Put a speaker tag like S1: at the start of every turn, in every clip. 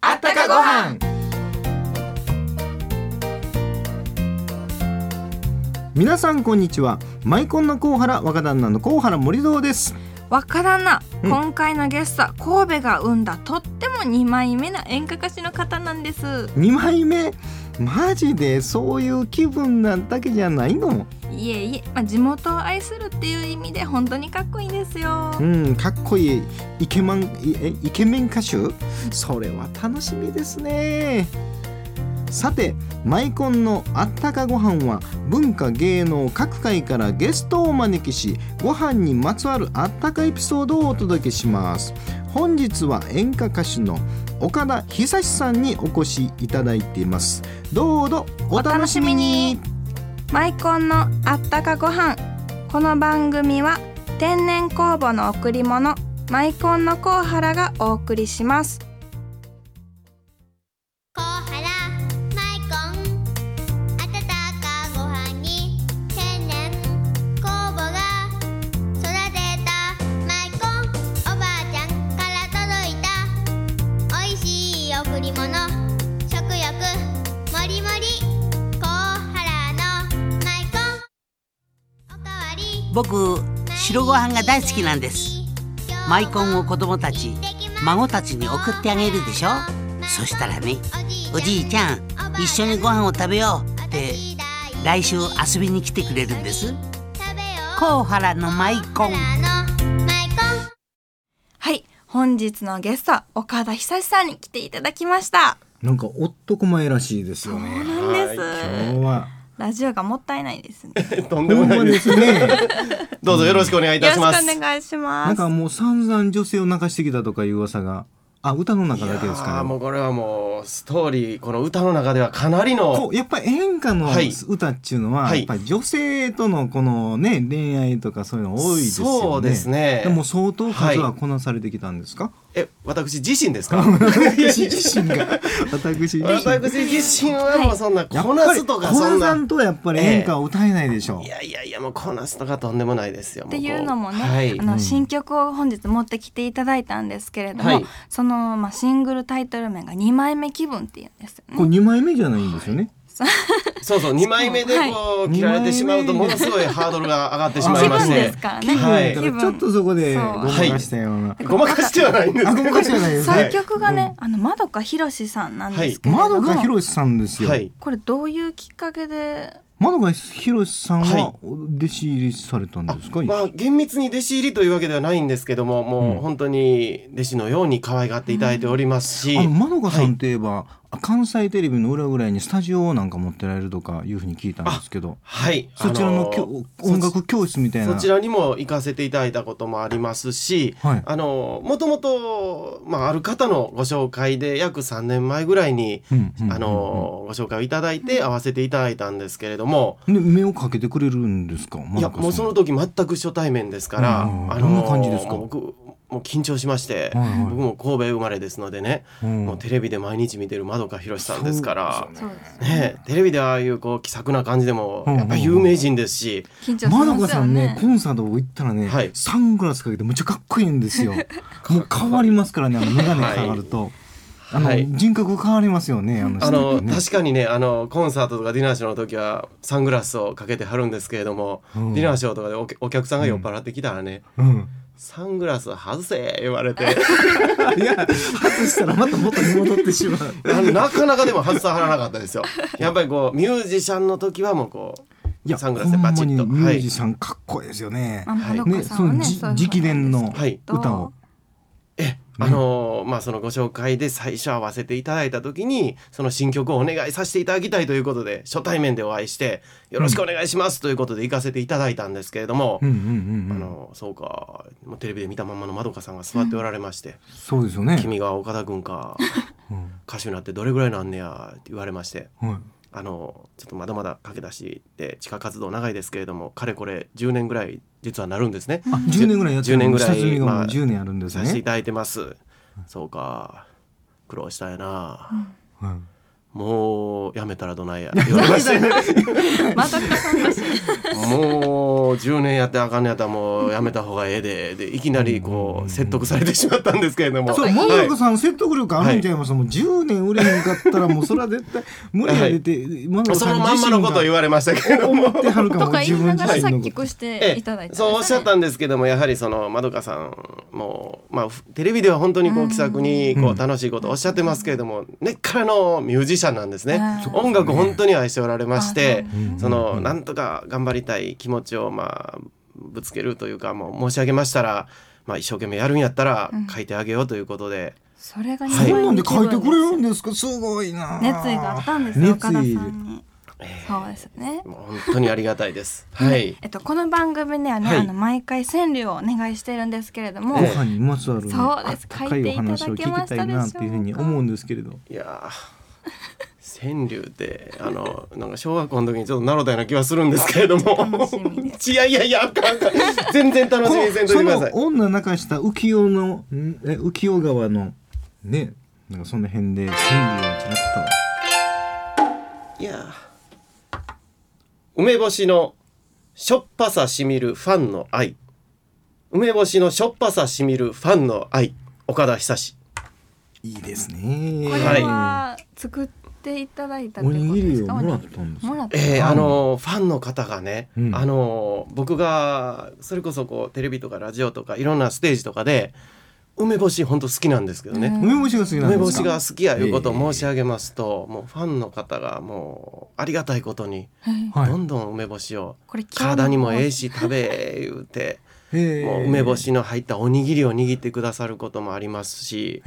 S1: あったかご飯
S2: 皆さんこんにちはマイコンのコウハラ若旦那のコウハラ森堂です
S3: わからな、
S2: うん
S3: 今回のゲストは神戸が生んだとっても2枚目な演歌歌手の方なんです
S2: 二枚目マジでそういう気分なだけじゃないの
S3: いえいえ、まあ、地元を愛するっていう意味で本当にかっこいいんですよ
S2: うんかっこいいイケマンいえイケメン歌手それは楽しみですねさてマイコンのあったかご飯は文化芸能各界からゲストをお招きしご飯にまつわるあったかエピソードをお届けします本日は演歌歌手の岡田久志さんにお越しいただいていますどうぞお楽しみに
S3: マイコンのあったかご飯この番組は天然酵母の贈り物マイコンのコウハラがお送りします
S4: コウハラマイコン温かご飯に天然酵母が育てたマイコンおばあちゃんから届いたおいしい贈り物食欲もりもりコウハラのマイコンおかわり
S1: 僕白ご飯が大好きなんですマイコンを子供たち孫たちに送ってあげるでしょそしたらねおじいちゃん一緒にご飯を食べようって来週遊びに来てくれるんですコウハラのマイコン
S3: はい本日のゲストは岡田久志さんに来ていただきました
S2: なんか男前らしいです
S3: そう
S2: よ
S3: なん
S2: ね
S3: です
S2: 今日は
S3: ラジオがもったいない ですね
S5: とんで
S2: ほ
S5: も
S2: ん
S5: な
S2: ま
S5: い
S2: で
S5: です
S2: ね
S5: どうぞよろしくお願いい
S3: よろし
S5: たし
S3: くお
S5: ます。
S3: 願いします
S2: なんかもう散々女性を泣かしてきたとかいう噂が、あ、歌の中だけです
S5: いや
S2: か
S5: ーも
S2: ね。
S5: うこれはもうストーリーこの歌の中ではかなり
S2: こ
S5: の
S2: うやっぱり演歌の
S5: はい
S2: 歌っていうのは、
S5: はい
S2: やっぱり女性とのこのね恋愛とかそういうの多いですよね。
S5: そうですね
S2: でも相当数はこなされてきたんですか。
S5: え私自身ですか
S2: 私自身が、私自身。
S5: 私自身はもうそんな
S2: やっ
S5: こ
S2: ぱ
S5: な
S2: り
S5: すとか
S2: こ
S5: そん
S2: なさ
S5: なん
S2: とやっぱり演歌を歌えないでしょ
S5: いやいやいやもうこなすとかとんでもないですよ
S3: っていうのもね、
S5: はい
S3: あ
S2: うん
S3: の新曲を本日持ってきていただいたんですけれども、
S5: はい
S3: その、まあ、シングルタイトル名が2枚目気分っていうんですよ
S2: これ
S3: ね。
S2: 二枚目じゃないんですよね。
S5: そうそう2枚目でこう切られてしまうとものすごいハードルが上がってしまい
S3: 気
S5: まし
S3: 分で
S5: て
S3: すから
S2: 気
S3: ね、
S2: 分やった
S3: 気
S2: ら
S3: 分
S2: ちょっとそこでご
S3: そう
S2: まかしたような。
S5: ごまかしてはないんです
S2: あ、
S5: け
S2: ご
S5: ど
S2: まかしてはないです
S3: 作
S2: ね。
S3: 曲がね、あの窓かひろしさんなんですけれども、
S2: 窓が広さんですよ。
S5: はい
S3: これどういうきっかけで
S2: 窓がひろしさん
S5: は
S2: はい弟子入りされたんですか、
S5: まあ厳密に弟子入りというわけではないんですけどももう本当に弟子のように可愛がっていただいておりますし、
S2: あの窓がさんといえば、関西テレビの裏ぐらいにスタジオなんか持ってられるとかいうふうに聞いたんですけど
S5: はい、
S2: そちらのきょ、
S5: あの
S2: 音楽教室みたい
S5: そ
S2: な
S5: ちらにも行かせていただいたこともありますし、
S2: はい
S5: あのもともと、まあ、ある方のご紹介で約3年前ぐらいに、
S2: うんうん
S5: あのご紹介をいただいて会わせていただいたんですけれども、
S2: で目をかけてくれるんですか
S5: い
S2: 窓
S5: や
S2: がさん
S5: もうその時全く初対面ですから、
S2: うん
S5: あ
S2: どん
S5: の
S2: な感じですか
S5: もう僕もう緊張しまして、
S2: はいはい
S5: 僕も神戸生まれですのでね、
S2: うん
S5: もうテレビで毎日見てる窓川博さんですから。
S3: そうです
S5: ね、テレビでああいうこう気さくな感じでも
S2: うん
S5: やっぱり有名人ですし、
S3: 緊張し
S2: まど
S3: ま
S2: か
S3: す
S2: さ
S3: よ
S2: んね
S3: ね。
S2: コンサート行ったらね、
S5: はい
S2: サングラスかけてむっちゃかっこいいん ですよもう変わりますからねあの眼鏡変わると、あの、
S5: はい
S2: 人格変わりますよねあの人
S5: あの
S2: ね
S5: 確かにねあのコンサートとかディナーショーの時はサングラスをかけてはるんですけれども、
S2: うん
S5: ディナーショーとかでお客お客さんが酔っ払ってきたらね「
S2: うん
S5: サングラス外せ」言われて
S2: いや外したらまた元に戻ってしまう
S5: ななかなかでも外さはらなかったですよ。やっぱりこうミュージシャンの時はもうこ
S2: いや、
S5: サングラスでバチッと
S2: ほんまにミュージシャンかっこいいですよね。
S3: まあ、まど
S2: ね、
S3: かさ
S2: そ
S3: んは
S2: の
S3: ね、
S2: じ
S3: そういう
S2: 直伝の
S5: うはい
S2: 歌を。
S5: え、あのーまあそのご紹介で最初会わせていただいた時にその新曲をお願いさせていただきたいということで初対面でお会いして「よろしくお願いします」ということで行かせていただいたんですけれども。
S2: うんうんうん
S5: あ
S2: うん。
S5: のそうかもうテレビで見たまんまのまどかさんが座っておられまして
S2: そうですよ
S5: 「
S2: ね。
S5: 君が岡田君か
S2: うん
S5: 歌手になってどれぐらいなんねや」って言われまして
S2: はい
S5: あのちょっとまだまだ駆け出しで地下活動長いですけれどもかれこれ10年ぐらい実はなるんですね
S2: あ、10年ぐらいやって
S5: 10年ぐらい
S2: 下積みがも
S5: ま
S2: う
S5: あ
S2: 10年あるんです
S5: させてい
S2: ね。
S5: ただいてますそうか苦労したよな、
S2: はい
S5: もうやめたらどないや言われまし てね
S6: またかさんだし
S5: もう10年やってあかんのやったらもうやめた方がええででいきなりこう説得されてしまったんですけれども
S2: そう、
S5: はい
S2: もぐさん説得力あるんちゃいます、もう10年売れへんかったらもうそれは絶対無理やでって、もぐ
S5: そ
S2: さ
S5: の
S2: ん
S5: まんまのことを言われましたけれども
S2: 思ってはるか
S6: と
S2: も
S6: か
S2: 自
S6: 言いな
S2: 分
S6: がら
S2: 自
S6: 作
S2: 身のこ
S6: 曲して
S5: え
S6: いただい
S5: え
S6: た、
S5: そうおっしゃったんですけどもやはりそのまどかさんも、まあ、ふテレビでは本当にこう気さくにこ
S2: うん
S5: う楽しいことをおっしゃってますけれども、根っからのミュージシャンなんですね
S6: はい。
S5: 音楽本当に愛しておられまして
S2: そうね
S5: その
S2: うん
S5: なんとか頑張りたい気持ちをまあぶつけるというかもう申し上げましたら、まあ、一生懸命やるんやったら書いてあげようということで、
S6: それが
S2: と
S6: 二
S2: そ
S6: 枚
S2: んなんで
S6: 目
S2: 書いてくれる
S6: 気分
S2: んですかすごいな
S6: です熱意があったんですよ岡田さん
S2: 熱意
S6: にそうですね
S5: もう本当にありがたいです。はい
S6: えっとこの番組ではね、
S5: はい
S6: あの毎回川柳をお願いしてるんですけれども、
S2: ご飯にまつわ
S6: そ
S2: る、
S6: うです
S2: あったかいお話を聞きたいなっていうふうに思うんですけれど
S5: いやー川柳って あのなんか小学校の時にちょっと習ったような気はするんですけれども
S6: 楽しみで
S5: いやいやいやあかんあかん全然楽しみにせんとい
S2: そ
S5: てくだ
S2: の
S5: さい
S2: 女泣かした浮世のんえ浮世川のねなんかその辺で川柳をちらっ
S5: いやー梅干しのしょっぱさしみるファンの愛梅干しのしょっぱさしみるファンの愛岡田久志
S2: といいですね
S6: これは作っていただいたって
S2: お
S6: こと
S2: にぎ
S6: で
S2: り
S6: す
S2: を
S6: か
S2: もらったんです
S6: もらった
S5: え
S2: フ
S5: ー
S2: ァン
S5: あのファンの方がね、
S2: うん
S5: あの僕がそれこそこうテレビとかラジオとかいろんなステージとかで梅干し本当好きなんですけどね、
S6: うん
S2: 梅干しが好きなんですか
S5: 梅干しが好きやいうことを申し上げますと、もうファンの方がもうありがたいことに
S2: はい
S5: どんどん梅干しを
S6: これ今日の
S5: 体にもええし食べ言うて、
S2: へえ
S5: もう梅干しの入ったおにぎりを握ってくださることもありますし、
S2: へ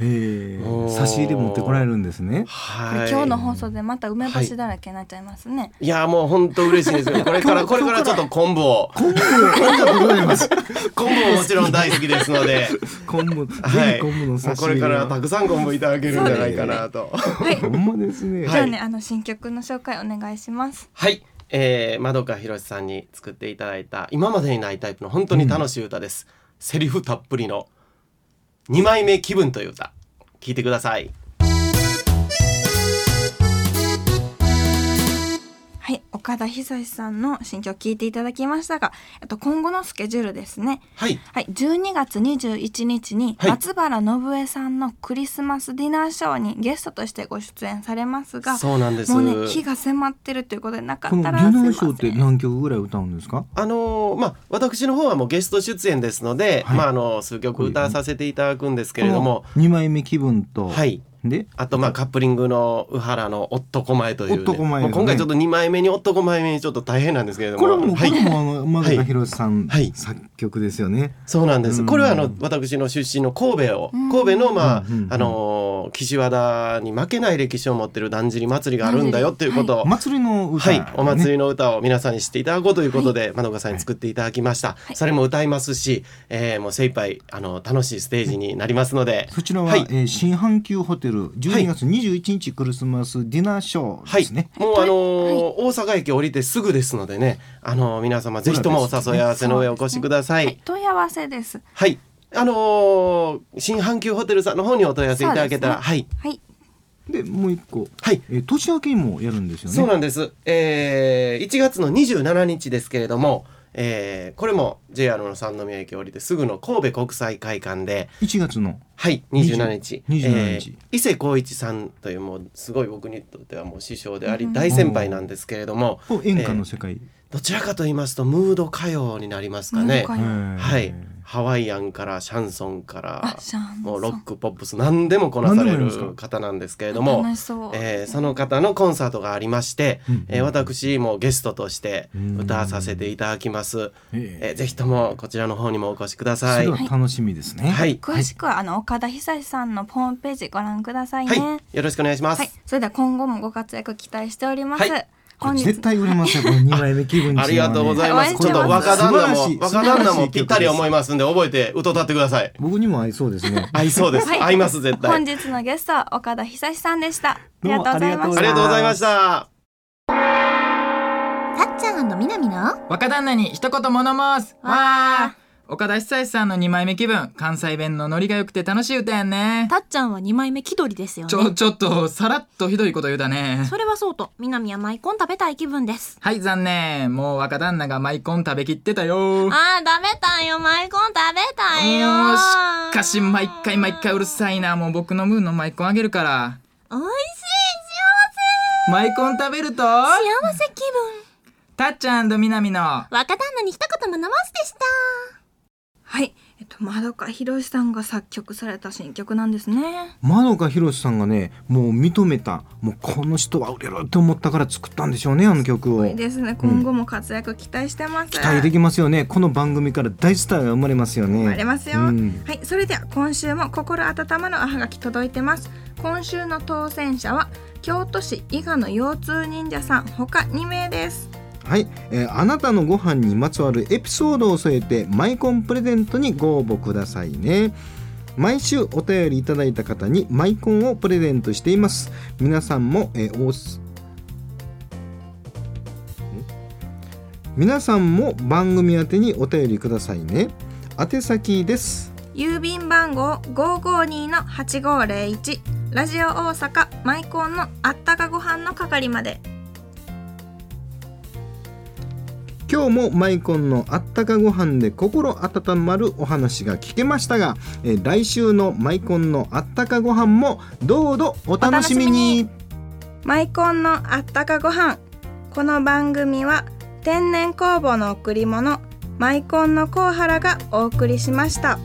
S2: え
S5: おー
S2: 差し入れ持ってこられるんです
S6: こ
S2: ね
S6: れ
S5: はい。
S6: 今日の放送でまた梅干しだらけになっちゃいますね、
S5: いやもう本当嬉しいです よ。これからこれからちょっと昆布を
S2: 昆布ありがとうござい ます
S5: 昆布ももちろん大好きですので、
S2: 昆布 ぜ
S5: は
S2: ひ
S5: い。
S2: 昆布の
S5: もう
S2: 差し
S5: こ
S2: 入
S5: れ
S2: れを
S5: からたくさん昆布いただけるんじゃないかなと。
S2: ほんまですね
S5: はい
S6: じゃあねあの新曲の紹介お願いします
S5: はい、えー、窓川博さんに作っていただいた今までにないタイプの本当に楽しい歌です、セリフたっぷりの2枚目気分という歌聞いてください
S6: はい岡田久志さんの新曲聞いていただきましたがえっと今後のスケジュールですね
S5: はい
S6: はい、12月21日に
S5: はい
S6: 松原信恵さんのクリスマスディナーショーにゲストとしてご出演されますが、
S5: そうなんです
S6: もうね日が迫ってるということでなか
S2: こ
S6: っ
S2: のデ
S6: た
S2: ィ
S6: らすい
S2: ナ
S6: ま
S2: ーショーって
S6: せん。
S2: 何曲ぐらい歌うんですか
S5: あのーまあ私の方はもうゲスト出演ですので、
S2: はい
S5: まああの数曲歌わさせていただくんですけれども、
S2: この二枚目気分と
S5: はい
S2: で
S5: あとまあカップリングの宇原の「男前」という、
S2: 男前ですね
S5: まあ今回ちょっと2枚目に「男前」めにちょっと大変なんですけれども
S2: これもこ
S5: はい
S2: れもあ の窓田博さん
S5: はい
S2: 作曲ですよね
S5: そうなんです。
S2: うん
S5: これはあの私の出身の神戸を
S6: うん
S5: 神戸のまあ
S2: うんうんうん
S5: あのー岸和田に負けない歴史を持ってるだんじり祭りがあるんだよっていうことを。
S2: 祭りの歌
S5: はい、お祭
S2: り
S5: りの歌を皆さんに知っていただこうということで、まどかさんに作っていただきました。それも歌いますし、えーもう精一杯あの楽しいステージになりますので、
S2: そちらは
S5: はい
S2: えー新阪急ホテル12月21日クリスマスディナーショー
S5: は
S2: で
S5: い
S2: すね、
S5: もうあのー大阪駅降りてすぐですのでね、あのー皆様ぜひともお誘い合わせの上お越しくださ
S6: はいい、。問い合わせです。
S5: はい、あのー新阪急ホテルさんの方にお問い合わせいただけたら、
S6: そうです
S5: はい、
S6: はい、
S2: でもう一個
S5: はい、
S2: えー年明けにもやるんですよね
S5: そうなんです。えー、1月の27日ですけれども、えーこれも JR の三宮駅を降りてすぐの神戸国際会館で、
S2: 1月の
S5: はい、27日、
S2: 27
S5: え
S2: 日
S5: ー伊勢光一さんというもうすごい僕にとってはもう師匠であり大先輩なんですけれども、
S2: こう演歌の世界、
S5: どちらかと言いますとムード歌謡になりますか
S6: ムー
S5: ね
S6: ド。歌えー
S5: はい、ハワイアンからシャンソンから
S6: あシャンソン
S5: もうロックポップス何でもこなさ
S2: 何でも
S5: れ
S2: やるんですか
S5: る方なんですけれども
S6: 楽しそう。
S5: えーその方のコンサートがありまして、
S2: うん
S5: えー私もゲストとして歌わさせていただきます、えーぜひともこちらの方にもお越しくださ
S2: そ
S5: い
S2: れ
S5: は、
S2: はい楽しみですね、
S5: はい
S6: 詳しくはあの岡田久志さんのホームページご覧くださいね。はい、
S5: よろしくお願いします、
S6: それでは今後もご活躍期待しております。
S5: はい
S2: こ
S6: 本
S2: れ
S6: 日
S2: 絶対売れますよこ の二枚目気分
S5: ありがとうございます。
S6: 応援し
S5: ちょ
S6: て
S5: っ
S6: ま
S5: と
S6: す
S5: 若旦那も、若旦那
S2: 那
S5: もぴったり思い
S2: い
S5: ますんで、覚えて歌ってください。
S2: 僕にも合いそうですね
S5: 合いそうです。
S6: はい
S5: 合います、絶対。
S6: 本日のゲストは岡田久志さんでした。あり
S2: どう
S6: がと
S2: も
S6: うございまし
S5: あ
S6: た
S5: りがとうございました。
S7: さっちゃんみなみの
S8: 若旦那に一言物申す
S7: わ岡田久志さんの2枚目気分関西弁のノリが良くて楽しい歌やんね
S8: たっちゃんは二枚目気取りですよ
S7: ちょ
S8: ね
S7: ちょっとさらっとひどいこと言うたね
S8: それはそうと南はマイコン食べたい気分です
S7: はい残念もう若旦那がマイコン食べきってた
S8: あ
S7: よ
S8: ー食べたいよマイコン食べたいよ
S7: もうしっかし毎回毎回うるさいなもう僕の分のマイコンあげるから
S8: おいしい
S7: マイコン食べると
S8: 幸せ幸せ気分
S7: たっちゃんとみなみの
S8: 若旦那に一言学ばすでした
S6: はい、えっと、窓かひろしさんが作曲された新曲なんですね。
S2: まどかひろしさんがねもう認めたもうこの人は売れるって思ったから作ったんでしょうねあの曲を
S6: いいですね、今後も活躍期待してます。
S2: 期待できますよねこの番組から大スターが生まれますよね
S6: ありますよ、
S2: うん
S6: はいそれでは今週も心温まるおはがき届いてます今週の当選者は京都市伊賀の腰痛忍者さん他2名です
S2: はい、えーあなたのご飯にまつわるエピソードを添えてマイコンプレゼントにご応募くださいね毎週お便りいただいた方にマイコンをプレゼントしています皆さんも、えーおすん皆さんも番組宛てにお便りくださいね宛先です
S6: 郵便番号552-8501ラジオ大阪マイコンのあったかご飯の係まで
S2: 今日もマイコンのあったかご飯で心温まるお話が聞けましたが、えー来週のマイコンのあったかご飯もどうぞお楽しみに
S6: マイコンのあったかご飯この番組は天然工房の贈り物マイコンのコウハラがお送りしました。